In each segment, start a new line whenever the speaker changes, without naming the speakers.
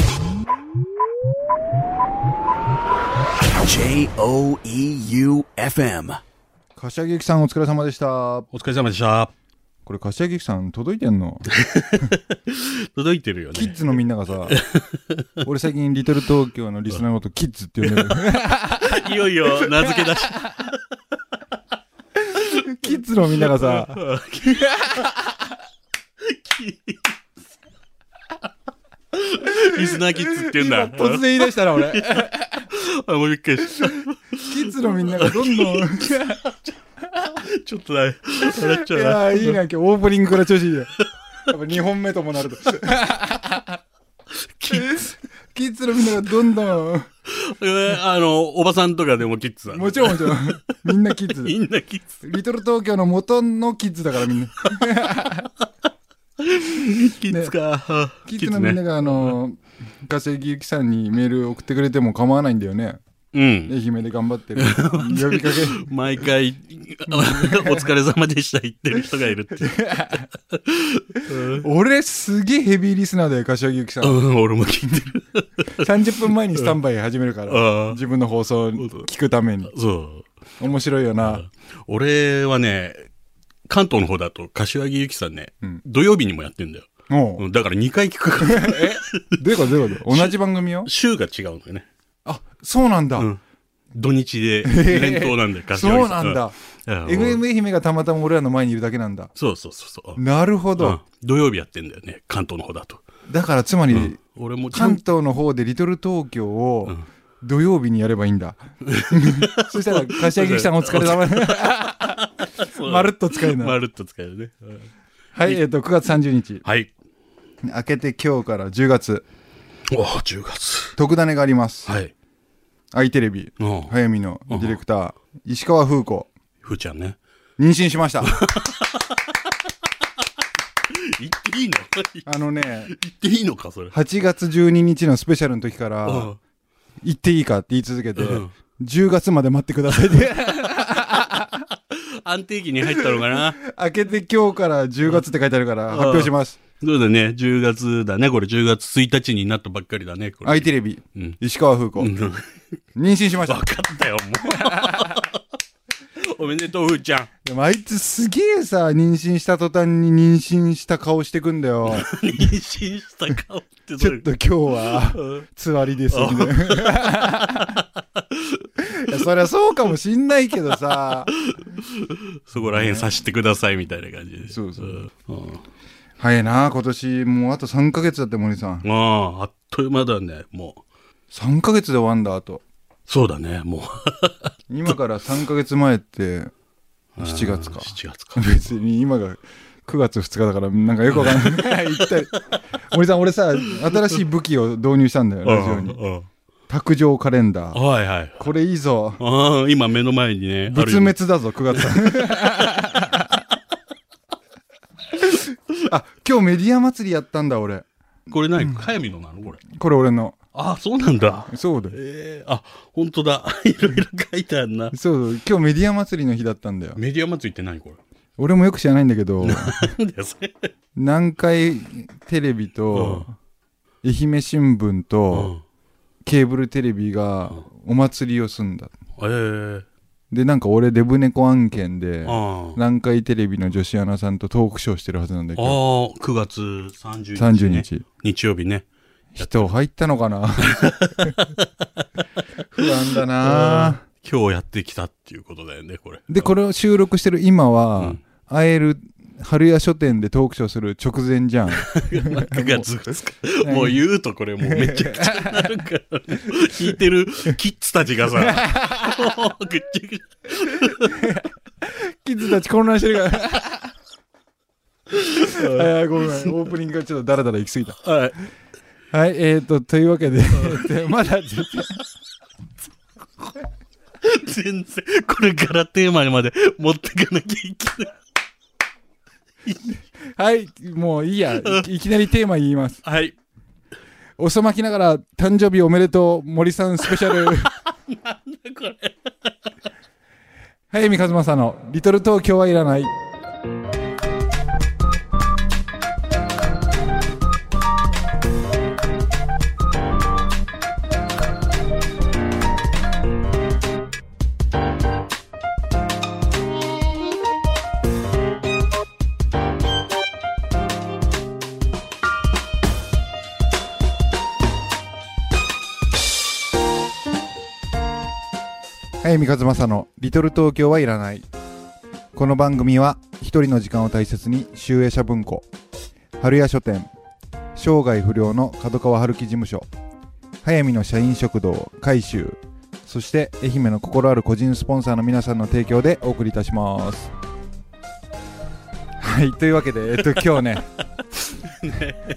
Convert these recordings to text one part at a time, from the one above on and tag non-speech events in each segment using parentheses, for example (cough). E J-O-E-U-F-M
柏木由紀さんお疲れ様でした。
お疲れ様でした。
これ柏木由紀さん届いてん
(laughs)
の
届いてるよ
キッ
ね。
ズのみんながさ、俺最近リトル東京のリスナーのことキッズって呼
(laughs)
んでる。
いよいよ名付け
(laughs)
出し。
キッズのみんながさ、
リスナーキッズって言うんだ。
今突然言い出したら俺、
あ、もうびっくりした。
キッズのみんながどんどん、いや
(laughs) ちょっとだ、笑っちゃうな。
ーいいな、今日オープニングから調子いいよ。やっぱ2本目ともな
(laughs)
ると。
キッズ。
キッズのみんながどんどん、
えー (laughs) あの、おばさんとかでもキッズだ。
もちろんもちろん、みんなキッズだ
み。んなキッズ。
リトル東京の元のキッズだからみんな。
キッズか。
キッズのみんな
ね。
が、あのー、柏木由紀さんにメール送ってくれても構わないんだよね。
うん。
愛媛で頑張
(laughs)
ってる呼びかけ
毎回、 (laughs) お疲れ様でした言ってる人がい
(laughs)
るっていう。
俺すげえヘビーリスナーだよ柏木由紀さん
うん、俺も聞いてる。
30分前にスタンバイ始めるか
あ
ら
あ
自分の放送聞くために
そう。
面白いよな
俺はね、関東の方だと、柏木由紀さんね、
ん
土曜日にもやってんだよ。
もう
うんだから2回聞くか
(laughs)
ら。
どういうことどういうこと同じ番組よ
週が違うのよね。
あそうなんだ、
ん土日で連投なん
(laughs)
だよ、柏
そう
木
な
さ
んだ、
うんうん
FM 愛媛がたまたま俺らの前にいるだけなんだ
そうそうそうそう。
なるほど、
うん土曜日やってんだよね、関東の方だと。
だからつまり、
俺もちゃ
関
んと、
東の方でリトル東京を土曜日にやればいいん
(laughs)
だ、そしたら柏木由紀さんお疲れ様 (laughs) まるっと使えるな
まるっと使えるね。うん
はい、えっ、と、9月30日。
はい。
明けて今日から10月、
おお、10月。
特ダネがあります。
はい。
アイテレビ、
うん
早見のディレクター、石川風子、
ふーちゃんね。
妊娠しました。
言っていいの (laughs)
あのね、
言っていいのか、それ。
8月12日のスペシャルの時か
う
ら
ん、
行っていいかって言い続けて、
うん
10月まで待ってくださいっ
(laughs)
て、
安定期に入ったのかな。
明けて今日から10月って書いてあるから、発表します。
そうだね、10月だね、これ10月1日になったばっかりだね、これ。
アイテレビ、
うん
石川風子、
うん分
妊娠しま
(laughs)
した。
かったよ、
(laughs)
もう。おめでとう、ふーちゃん。
でもあいつすげえさ、妊娠した途端に妊娠した顔してくんだ
(laughs)
よ。
妊娠した顔って
ち
ど
ょ
れ
っと今日は、つわりです、ね。 (laughs) いやそりゃそうかもしんないけど
(laughs)
さ。
そこら辺さしてくださいみたいな感じで。。
そうそうん
うん
早いな、今年、もうあと3ヶ月だって、森さん。
まあ、あっという間だね、もう。
3ヶ月で終わんだ、あと。
そうだね、もう。
今から3ヶ月前って、7月か。
7月か。
別に今が9月2日だから、なんかよくわかんない。
(laughs)
一体。森さん、俺さ、新しい武器を導入したんだよ、ラジオに。
うんうん
卓上カレンダー。
はいはい。
これいいぞ。
ああ、今目の前にね。
仏
ある
滅だぞ、9月
(laughs)
は。あ、今日メディア祭りやったんだ、俺。
これ何かやみのなのこれ。
これ俺の。
ああ、そうなんだ。
そうだよ。
ええ、あ、本当だ。 (laughs) いろいろ書いてあるな。
そうだよ。今日メディア祭りの日だったんだよ。
メディア祭りって何これ。
俺もよく知らないんだけ
(laughs)
ど、
なんだよ、それ。
南海テレビと、愛媛新聞と、ケーブルテレビがお祭りをすんだ。
ええ。
で、なんか俺、デブ猫案件で、
ああ。
南海テレビの女子アナさんとトークショーしてるはずなんだけ
ああ
ど、、
9月30日。
30。日。
日曜日ね。
人入ったのか (laughs) な不安だな
今日やってきたっていうことだよね、これ。
でこれを収録してる今は、会える春屋書店でトークショーする直前じゃん
9月2日。もう言うとこれもうめちゃくちゃになるから、聞いてるキッズたちがさ、もうぐっちゃぐち
(laughs) キッズたち混乱してるから (laughs) あーごめんオープニングがちょっとダラダラ行き過ぎた
ゃ。はい。
はいえー、とというわけで (laughs) でまだ全然
全然、これからテーマにまで持ってかなきゃいけない。
はいもういいやいいきなりテーマ言います
はい。
遅まきながら誕生日おめでとう森さんスペシャル
これ。
早見和正の「リトル東京はいらない」早見和正の「リトル東京はいらない」この番組は一人の時間を大切に集英社文庫春屋書店生涯不良の角川春樹事務所早見の社員食堂改修そして愛媛の心ある個人スポンサーの皆さんの提供でお送りいたしますはいというわけで、 (laughs) えっと、今日ね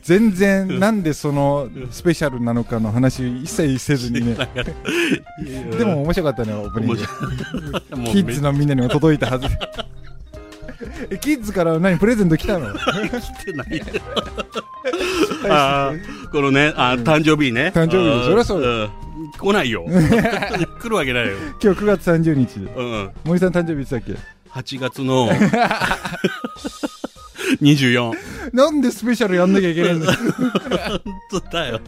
全然なんでそのスペシャルなのかの話一切せずにねでも面白かったねオープニング
もう
キ
め
ッズのみんなにも届いた
(laughs)
はずえキッズから何プレゼント来たの
来てない。あーこのね、あー誕生日ね。
誕生日
あー
そりゃそうだ
うん来な
(laughs)
いよ。来るわけないよ。
今日9月30日
うん。
森さん誕生日いつだっけ
8
(laughs)
月の24。
なんでスペシャルやんなきゃいけないん
(laughs)
だ
本当だよ。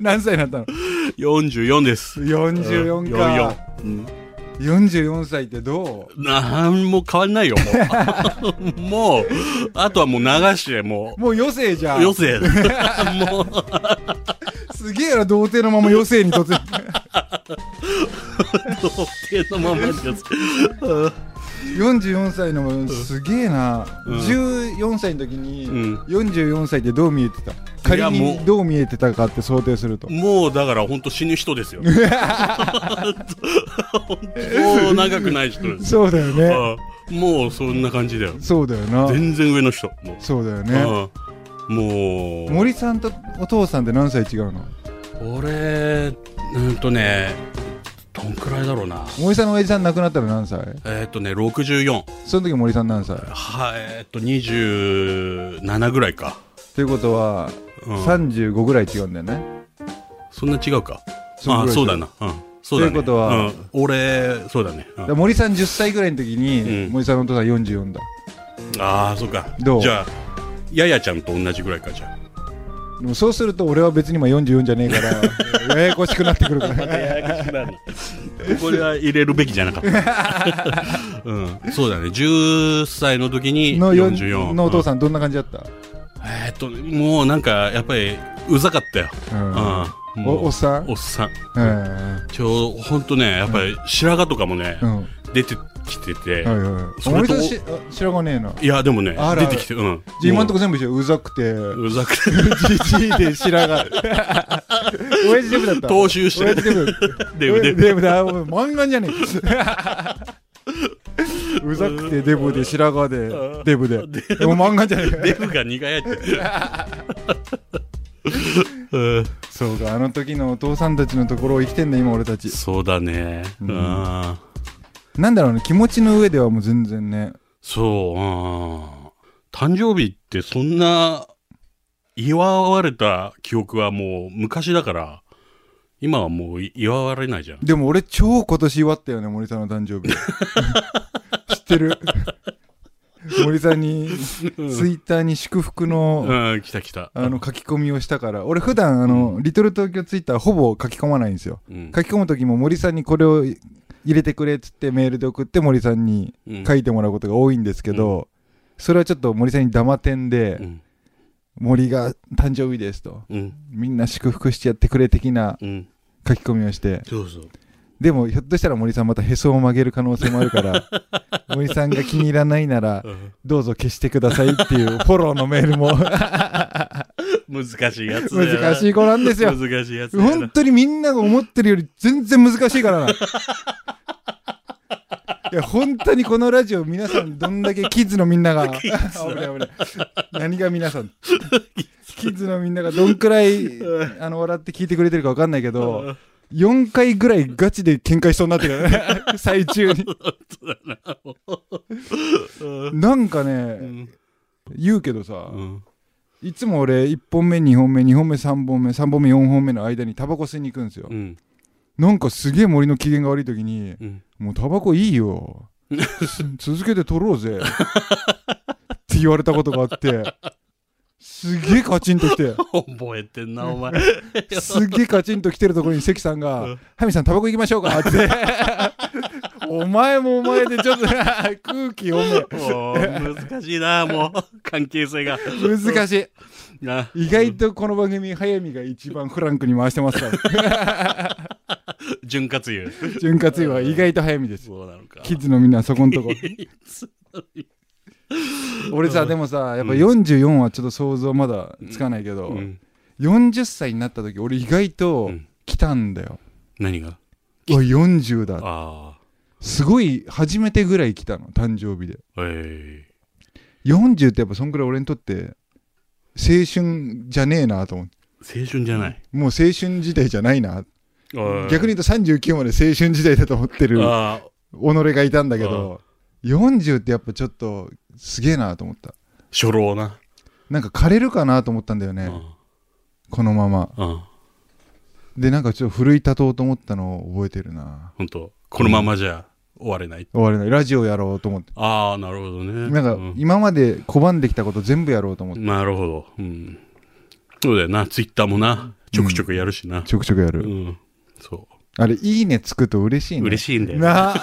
何歳になったの
44です。
44か、
うん。
44歳ってど
なんも変わんないよ、もう。 (laughs) もう、あとはもう流して、も
うもう余生じゃ
う。
ん
余生。 (laughs) もう、
すげえな童貞のまま余生に突然
(laughs) 童貞のままです。
44歳のすげえな、
うん
14歳の時に、
うん
44歳ってどう見えてた
い
仮
やも
に
う
どう見えてたかって想定すると
もうだから本当死ぬ人で
(laughs)
すよ。もう長くない人です。
そうだよね
ああもうそんな感じだよ。
そうだよな
全然上の人。もう
そうだよね
ああもう、
森さんとお父さんって何歳違うの
俺、うんとね、どんくらいだろうな。
森さんの親父さん亡くなったら何歳
えーっとね、64。
その時森さん何歳
はい、えーっと、27ぐらいか。
ということは、
うん
35ぐらい違うんだよね
そんな違うか。
そんぐらい
あ
違う
そうだな。うん。そうだね。
ということは
うん俺、そうだね。うん
だから森さん10歳ぐらいの時に、
うん
森さんのお父さん44だ
ああ、そうか。
どう
じゃあ、ややちゃんと同じぐらいか、じゃ
(laughs)
あ。
でもそうすると俺は別に今44じゃねえ
(laughs)
からややこしくなってくるから
ややこしくなるこれは入れるべきじゃなかった、 (laughs) うん、そうだね10歳の時に
の
44
4のお父
ん、
さんどんな感じだった、
えーっともうなんかやっぱりうざかったよ、
うん
うんもう
おおっさん
おっさん
うん
ちょうほんとねやっぱり白髪とかもね、
うん
出てきてて、
はいはい
それ
森
と、
さんしあ白髪ねえない
やでもね
あら
出てきてうん
じゃあ今んとこ
も
全部一緒うざくて
(laughs) ううざくて
じじいで白髪
(laughs)
親父デブだった
踏襲して
親父デブ (laughs)
デブデブ
デブだもう漫画じゃね
(laughs)
えうざくてデブで白髪でデブででも漫画じゃねえ
デブが苦いってうん
そうか、あの時のお父さんたちのところを生きてんだ、今俺たち。
そうだね
うん
うん
なんだろうね、気持ちの上ではもう全然ね。
そう、うん。誕生日ってそんな祝われた記憶はもう昔だから、今はもう祝われないじゃん。
でも俺超今年祝ったよね、森さんの誕生
(laughs)
日。知ってる森さんに、ツイッターに祝福の、
うん、来た来た。
あの、書き込みをしたから、俺普段、あの、リトル東京ツイッターほぼ書き込まないんですよ。
うん、
書き込む時も森さんにこれを入れてくれっつってメールで送って森さんに
うん
書いてもらうことが多いんですけど、それはちょっと森さんに黙ってんで、
うん、
森が誕生日ですと。
うん、
みんな祝福してやってくれ的な
うん。
書き込みをして、
そうそう。
でもひょっとしたら森さんまたへそを曲げる可能性もある (laughs) から、森さんが気に入らないなら、どうぞ消してくださいっていうフォローのメール (laughs) も
難しいやつだよな
難しい子なんですよ。
難しいやつだよ
本
な。
当にみんなが思ってるより全然難しいからな。いや本当にこのラジオ皆さんどんだけキッズのみんなが危ない危ない何が皆さんキッズのみんながどんくらいあの笑って聞いてくれてるか分かんないけど4回ぐらいガチで喧嘩しそうになってるよね (laughs) 最中になんかね
ん
言うけどさ
うん
いつも俺1本目2本目2本目3本目3本目4本目の間にタバコ吸いに行くんですよ
うん
なんかすげえ森の機嫌が悪い時に
うん
「もうタバコいい (laughs) よつ続けて取ろうぜ」って言われたことがあってすげえカチンときて
覚えてんなお (laughs) 前
すげえカチンときてるところに関さん
う
が
ん
「ハミさんタバコ行きましょうか」ってお前もお前でちょっと空気読め
おー難しいなもう関係性が
難しい
な
意外とこの番組早見が一番フランクに回してますから
潤滑油。
潤滑油は意外と早みです
(laughs) そうなのか。
(laughs) キッズのみんなそこんとこ (laughs) 俺さでもさやっぱ44はちょっと想像まだつかないけど、
うん
40歳になった時俺意外と
うん
来たんだよ、
何が
うわ40だ
あ
すごい初めてぐらい来たの誕生日で
あ、ええ
40ってやっぱそんくらい俺にとって青春じゃねえなと思って
青春じゃない。
もう青春時代じゃないな逆に言
に
うと39まで青春時代だと思ってる
ああ、
己がいたんだけど40ってやっぱちょっとすげえなと思った
初老な。
なんか枯れるかなと思ったんだよ
う
ね
ん
このまま
うん。
でなんかちょっと奮い立とうと思ったのを覚えてるな
本当このままじゃ終われない。
終われないラジオやろうと思って
ああ、なるほどね。
なん
う
か今まで拒んできたこと全部やろうと思って
なるほど。うん。そうだよな。ツイッターもな。ちょくちょくやるしな。
ちょくちょくや
う
る
ん。そ。
あれいいねつくと嬉しいうね
嬉しいんだよ。
な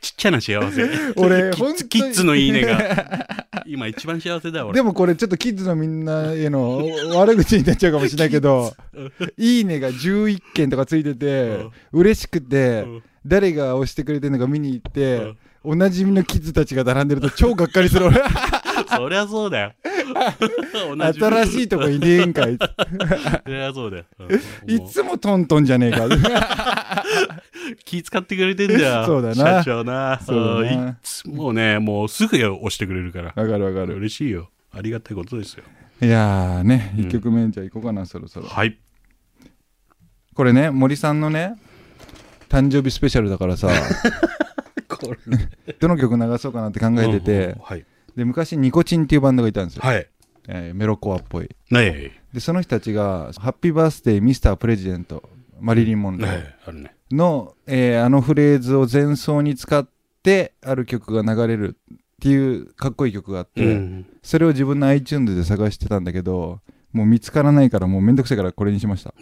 (laughs) ちっちゃな幸せ。
(laughs) 俺
キ
ほんと
ッズ
に
キッズのいいねが。
(laughs)
今一番幸せだ、俺。
でもこれちょっとキッズのみんなへの (laughs) 悪口になっちゃうかもしれないけど「いいね」が11件とかついてて嬉しくて
うん
誰が押してくれてるのか見に行っておなじみのキッズたちが並んでると超がっかり
(laughs)
する俺
そりゃそ
(laughs)
うだよ。 (laughs) 同じ
新しいとこいねえんかい
そりゃそうだよ。うん
い
もう
つもトントンじゃねえ
(laughs)
か
気使ってくれてんだ
(laughs)
よ。
そうだな
社長な。
そうだなん
いつもね、もうすぐ押してくれるから。
わかるわかる
嬉しいよ。ありがたいことですよ。
いやーね
うん
1曲目じゃあ行こうかなそろそろ
はい。
これね森さんのね誕生日スペシャルだから
(laughs)
さ
これ
どの曲流そうかなって考えてて
はい。
で昔ニコチンっていうバンドがいたんですよ、
はい。
えーメロコアっぽい
ね
でその人たちが「ハッピーバースデーミスタープレジデントマリリン・モンロ
え。ね
ー
え。あるね。
の」えーあのフレーズを前奏に使ってある曲が流れるっていうかっこいい曲があって、
うん。
それを自分の iTunes で探してたんだけどもう見つからないからもうめんどくさいからこれにしました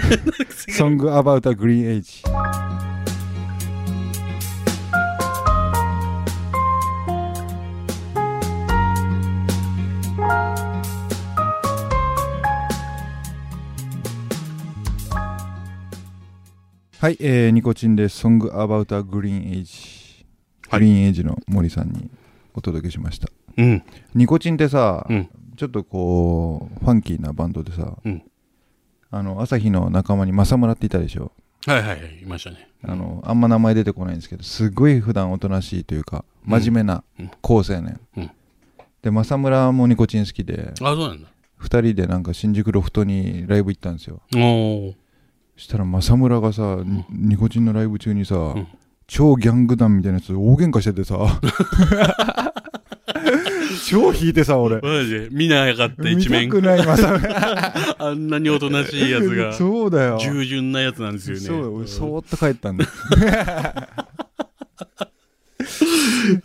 「ソング・アバウト・グリーン・エイジ」はい、えー、ニコチンです。ソングアバウターグリーンエイジ。
は
グ
い
リーンエイジの森さんにお届けしました。
うん。
ニコチンってさ、
うん
ちょっとこうファンキーなバンドでさ、
うん
あの朝日の仲間に正村っていたでしょ
はいはいはい。いましたね。
あのあんま名前出てこないんですけどすごい普段おとなしいというか真面目な
うん
好青年、
うん
で正村もニコチン好きで
あ、そうなんだ。
2人でなんか新宿ロフトにライブ行ったんですよ
おー。
したら正村がさ、にニコチンのライブ中にさ、
ん
超ギャング団みたいなやつ大喧嘩しててさ
(laughs)
超引いてさ
(laughs)
俺
マジで見なかった
見
一
た
面
く。ない正村
あんなにおとなしいやつが。
(laughs) そうだよ
従順なやつなんですよね。
そう俺
う
そーっと帰ったんだ
(laughs)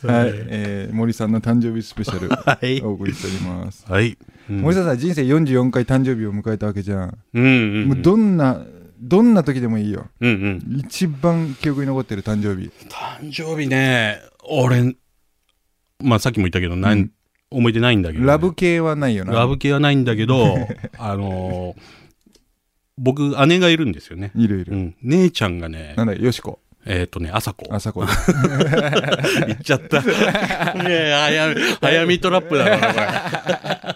はい、えー森さんの誕生日スペシャル
はい。
お送りしております、
はい。うん
森さんさ人生44回誕生日を迎えたわけじゃん、
うんうん。
もうどんなどんな時でもいいよ
うんうん。
一番記憶に残ってる誕生日
誕生日ね、俺、まあさっきも言ったけど、な
う
ん
ん
思い出ないんだけどね、
ラブ系はないよな
ラブ系はないんだ
(laughs)
けど、あのー僕、姉がいるんですよね。
いるいうる、
ん、姉ちゃんがね、
なんだよよしこ
えっ、とね、朝子。
あさこ
(laughs)
だ
言っち
(laughs)
ゃった。ねえ早見、早見トラップだな、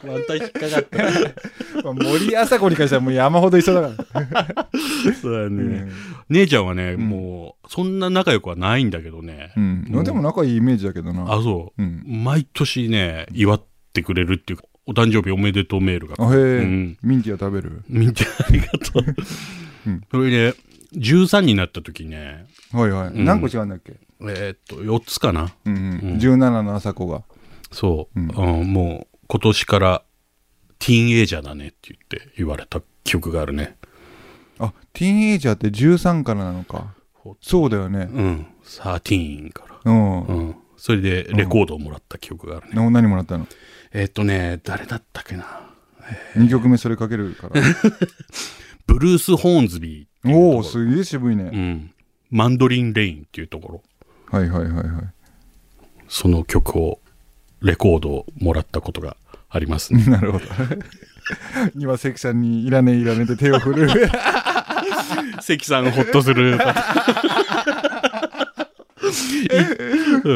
こ
(laughs)
れ。ワンタイ引っかかった。
森あさこに関してはもう山ほど一緒だから、
そうだ
う
ね、
ん
姉ちゃんはね、
ん
もう、そんな仲良くはないんだけどね。
うん、でも仲いいイメージだけどな
あ、そう。
うん
毎年ね、祝ってくれるっていうか、お誕生日おめでとうメールが
あへえ、
うん
ミンティア食べる
みんなありがとう。それで、13になった時ね、
はいはい、
うん
何個違うんだっけ
えーっと、4つかな。
うん、
うん
17の朝子が
そう、
うん
うんもう、今年から、ティーンエイジャーだねって言って言われた記憶があるね。
あティーンエイジャーって13からなのか
ほ
そうだよね
うん、13か
う
ら。
ん、
うん。それで、レコードをもらった記憶があるね。
な何もらったの
えーっとね、誰だったっけな。
2曲目それかけるから
(laughs) ブルース・ホーンズビーっていうところ。
おおすげえ渋いね、
うん。マンドリン・レインっていうところ。
はいはいはいは
その曲を、レコードをもらったことがありますね。 (laughs)
いな
(laughs)
るほど今関さんにいらねえいらねえって手を振る
関さんほっと
(laughs)
する。い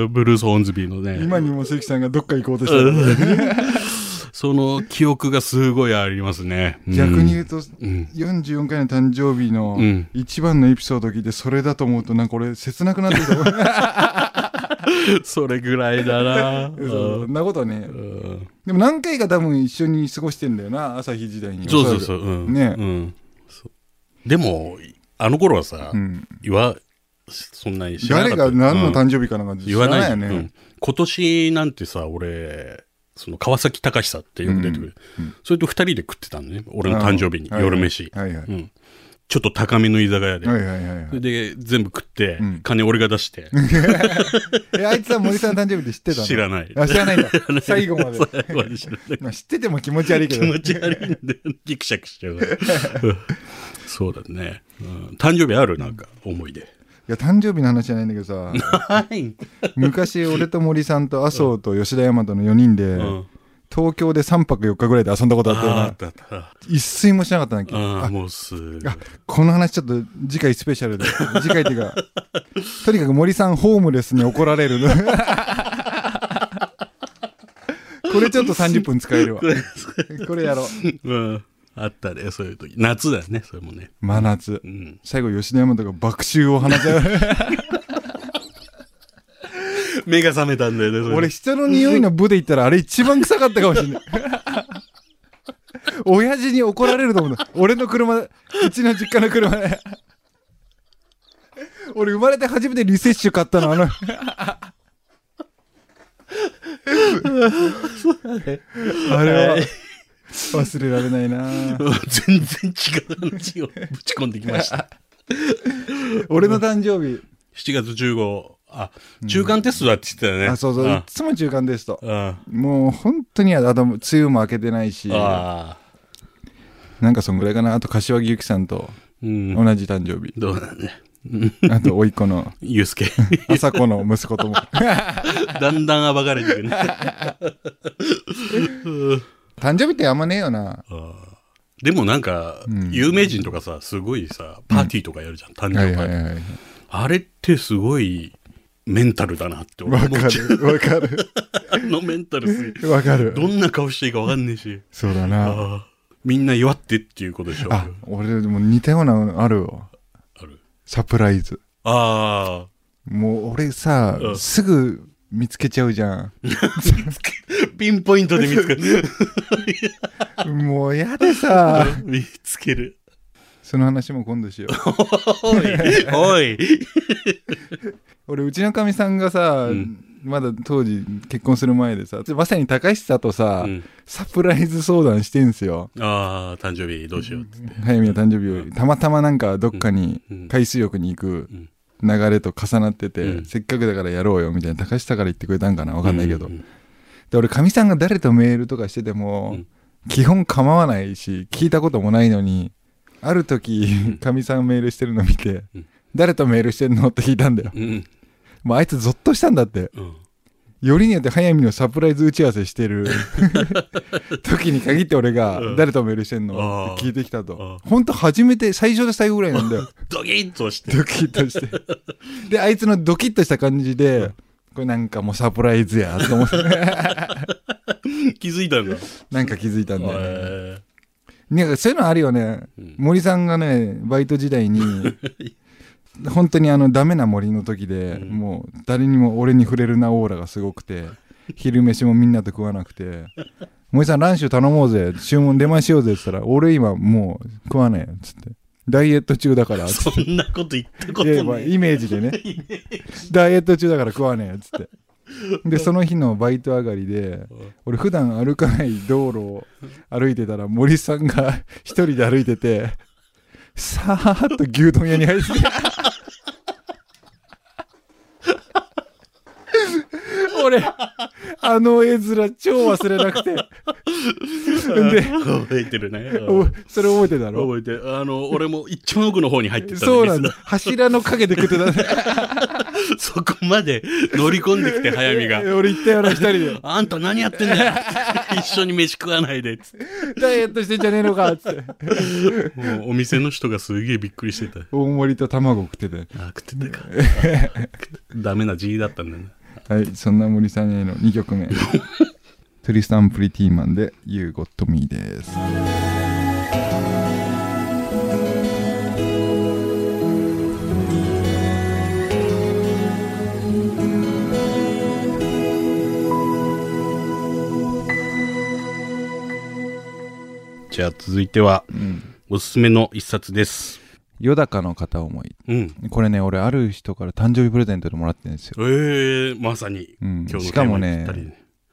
ブルース・ホーンズビーのね、
今にも関さんがどっか行こうとしてる、
その記憶がすごいありますね。うん
逆に言うと
うん。
44回の誕生日の
うん
一番のエピソードを聞いてそれだと思うとなんか俺切なくなってきた
それぐらいだな。
うんそ
(laughs)
んなことはね
うん
でも何回か多分一緒に過ごしてんだよな朝日時代に
そうそうそうう。うん、
ね
うんそうでも、あの頃はさ、
ん、
言わ、そんなに知らな
誰
かった
が何の誕生日かなんか知
言わ
らな
な
い
い
よね
よね、うん今年なんてさ、俺、その川崎隆さんってよく出てくる。それと二人で食ってたのね。俺の誕生日に、
あー
夜飯、
はいはい、
うん。ちょっと高めの居酒屋で。
はいはいはいはい
それで、全部食って、
うん
金俺が出して、
えあいつは森さんの誕生日で知ってたの
知らない。
あ知らないんだ (laughs) 最後まで
(laughs) 最後まで知らない
まあ知ってても気持ち悪いけ
気
ど
持ち悪いんで、ギクシャクしちゃうから。うんそうだね、うん誕生日あるなんか、思い出。
いや誕生日の話じゃないんだけどさ
(laughs) はい。
昔俺と森さんと麻生と吉田大和の4人で、
うん。
東京で3泊4日ぐらいで遊んだことあったよ
ああ
な
ったあった。
一睡もしなかったんだっけ
ああ、
あ
もうすぐ。
あこの話ちょっと次回スペシャルで次回っていうか (laughs) とにかく森さんホームレスに怒られるこれちょっと30分使えるわこれやろう
(laughs) うん。あったね、そういう時。夏だよね、それもね。
真夏
うん。
最後吉田山とが爆臭を放ち合う
目が覚めたんだよね、それ
俺人の匂いの部で言ったらあれ一番臭かったかもし
(laughs)
れない親父に怒られると思う俺の車うちの実家の車で俺生まれて初めてリセッシュ買ったのあのあれは忘れられないな
うん全然違う話をぶち込んできま
(laughs)
した。
俺の誕生日
7月15。あ、中間テストだって言ってたよね。
あそうそうい
あ
つも中間テスト
あ
もう本当にあと梅雨も明けてないし
ああ。
なんかそんぐらいかなあと柏木由紀さんと
うん。
同じ誕生日
どうだね。
あと甥っ子の
ゆうすけ。
朝子の息子とも
(laughs) だんだん暴かれてくね。
(laughs) 誕生日ってあんまねえよな
でもなんか、有名人とかさ、すごいさ、パーティーとかやるじゃん、誕
はい
生
はい
会。
はい
あれってすごいメンタルだなって俺
わ
思
か
っちゃう。
るわかる
あのメンタルすぎ。
わかる
どんな顔していいかわかんねえし。
そうだな
ああみんな祝ってっていうことでしょ。
あ俺でも似たようなのあるよ
ある
サプライズ
あ
もう俺さ
うん
すぐ見つけちゃうじゃん
あ。ピンポイントで見つける。
もうやでさ
(laughs) 見つける。
その話も今度しよ (laughs) う
おい、おい。
俺うちのかみさんがさ
うん
まだ当時結婚する前でさまさに高橋さとさ、
うん
サプライズ相談してんすよ
ああ、誕生日どうしようっつって。
早見の誕生日をたまたまなんかどっかに
うん
海水浴に行く
うん
流れと重なってて、
うん
せっかくだからやろうよみたいな高下から言ってくれたんかなわかんないけど、
うう
で俺かみさんが誰とメールとかしてても、
うん
基本構わないし聞いたこともないのにある時かみさんメールしてるの見て、
うん
誰とメールしてるのって聞いたんだよ
うん。
もうあいつゾッとしたんだって
うん。
よりによって早見のサプライズ打ち合わせして
(laughs)
る時に限って俺が
うん
誰とメールしてんの
あ
っ
ー
て聞いてきたと
あ
ほんと初めて最初で最後ぐらいなんだよ
ドキッとして。
ドキッとしてであいつのドキッとした感じでこれなんかもうサプライズやと思って
気づいたんだ。
なんか気づいたんだよね
え
なんかそういうのあるよね
うん
森さんがねバイト時
(laughs)
代に本当にあのダメな森の時で、
うん
もう誰にも俺に触れるなオーラがすごくて昼飯もみんなと食わなくて「森さんランチュ頼もうぜ注文出前しようぜ」っつったら「俺今もう食わねえ」っつって「ダイエット中だから」っつっ
そ
て
んなこと言ったこ
いや
と
まあ
ない。
イメージ
(laughs)
でねダイエット中だから食わねえっつってでその日のバイト上がりで俺普段歩かない道路を歩いてたら森さんが一人で歩いててさーっと牛丼屋に
(laughs)
入ってて俺あの絵面超忘れなくてで
(laughs) 覚えてるね。う
お
ん
それ覚えてたろ
覚えてる。あの、俺も一番奥の方に入ってたね
そうなんだ
店 (laughs)
柱の陰で食ってたね
そこまで乗り込んできて、早見が。
俺言ったよな、一人で。
あんた何やってんだよ。 (laughs) 一緒に飯食わないで。つって
ダイエットしてんじゃねえのか、つって。
もうお店の人がすげえびっくりしてた。
大盛りと卵食ってて。
あ、食ってた
(laughs)
か。ダメな G だったんだね。
はい、そんな森さんへの2曲 (laughs) 目。トリスタン・プリティーマンで You Got Me です。
じゃあ続いては、
うん。
おすすめの一冊です。
よだかの片思い。
うん。
これね、俺、ある人から誕生日プレゼントでもらってるんですよ。
ええまさに。
うん
今日の
しかも
テー
ね
マにぴったり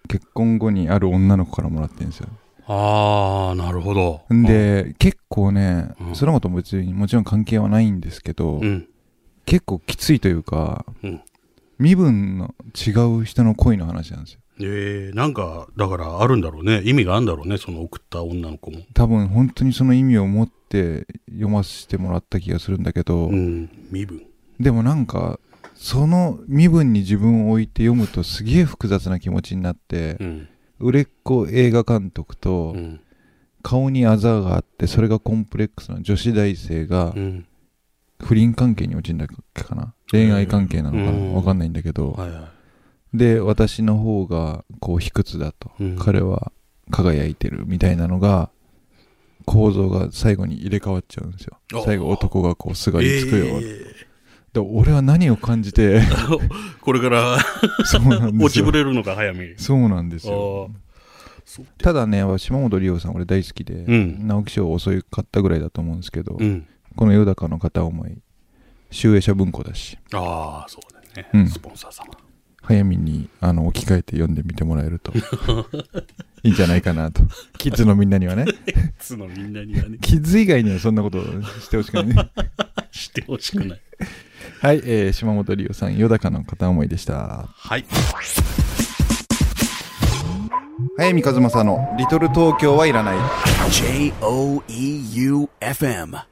結婚後にある女の子からもらってるんですよ
ああ、なるほど。
ん、で結構ね、
うん
それもとも別にもちろん関係はないんですけど、
うん。
結構きついというか、
うん
身分の違う人の恋の話なんですよ
ええなんか、だからあるんだろうね。意味があるんだろうね。その送った女の子も。
多分本当にその意味を持って読ませてもらった気がするんだけど、
うん。身分。
でもなんかその身分に自分を置いて読むとすげえ複雑な気持ちになって、
うん。
売れっ子映画監督と
うん。
顔にあざがあってそれがコンプレックスの女子大生が、
うん。
不倫関係に陥んだっけかな恋愛関係なのかな、
うん
わかんないんだけど、
はいは
で私の方がこう卑屈だと、
い。うん、
彼は輝いてるみたいなのが構造が最後に入れ替わっちゃうんですよ
あ
最後男がこうすがりつくよ、
え
で俺は何を感じ
(laughs)
て
えこれから
そうなんで
落
す
ち
よ
ぶれるのか、早見。
そうなんです
あ
よ
あそう
ただね島本理央さん俺大好きで、
うん
直木賞遅かったぐらいだと思うんですけど、
うん。
この「よだかの片思い」集英社文庫だし
ああ、そうだね、
うん
スポンサー様。
早めにあの置き換えて読んでみてもらえる
(laughs)
といいんじゃないかなとキッズのみんなに
(laughs)
はね
つのみんなにはね、
キッズ以外にはそんなことしてほしくないね
知ってほしくない。
はい、えー、島本理央さん「よだかの片思い」でした
はい。
早見和正の「リトル東京はいらない」
J O E U F M.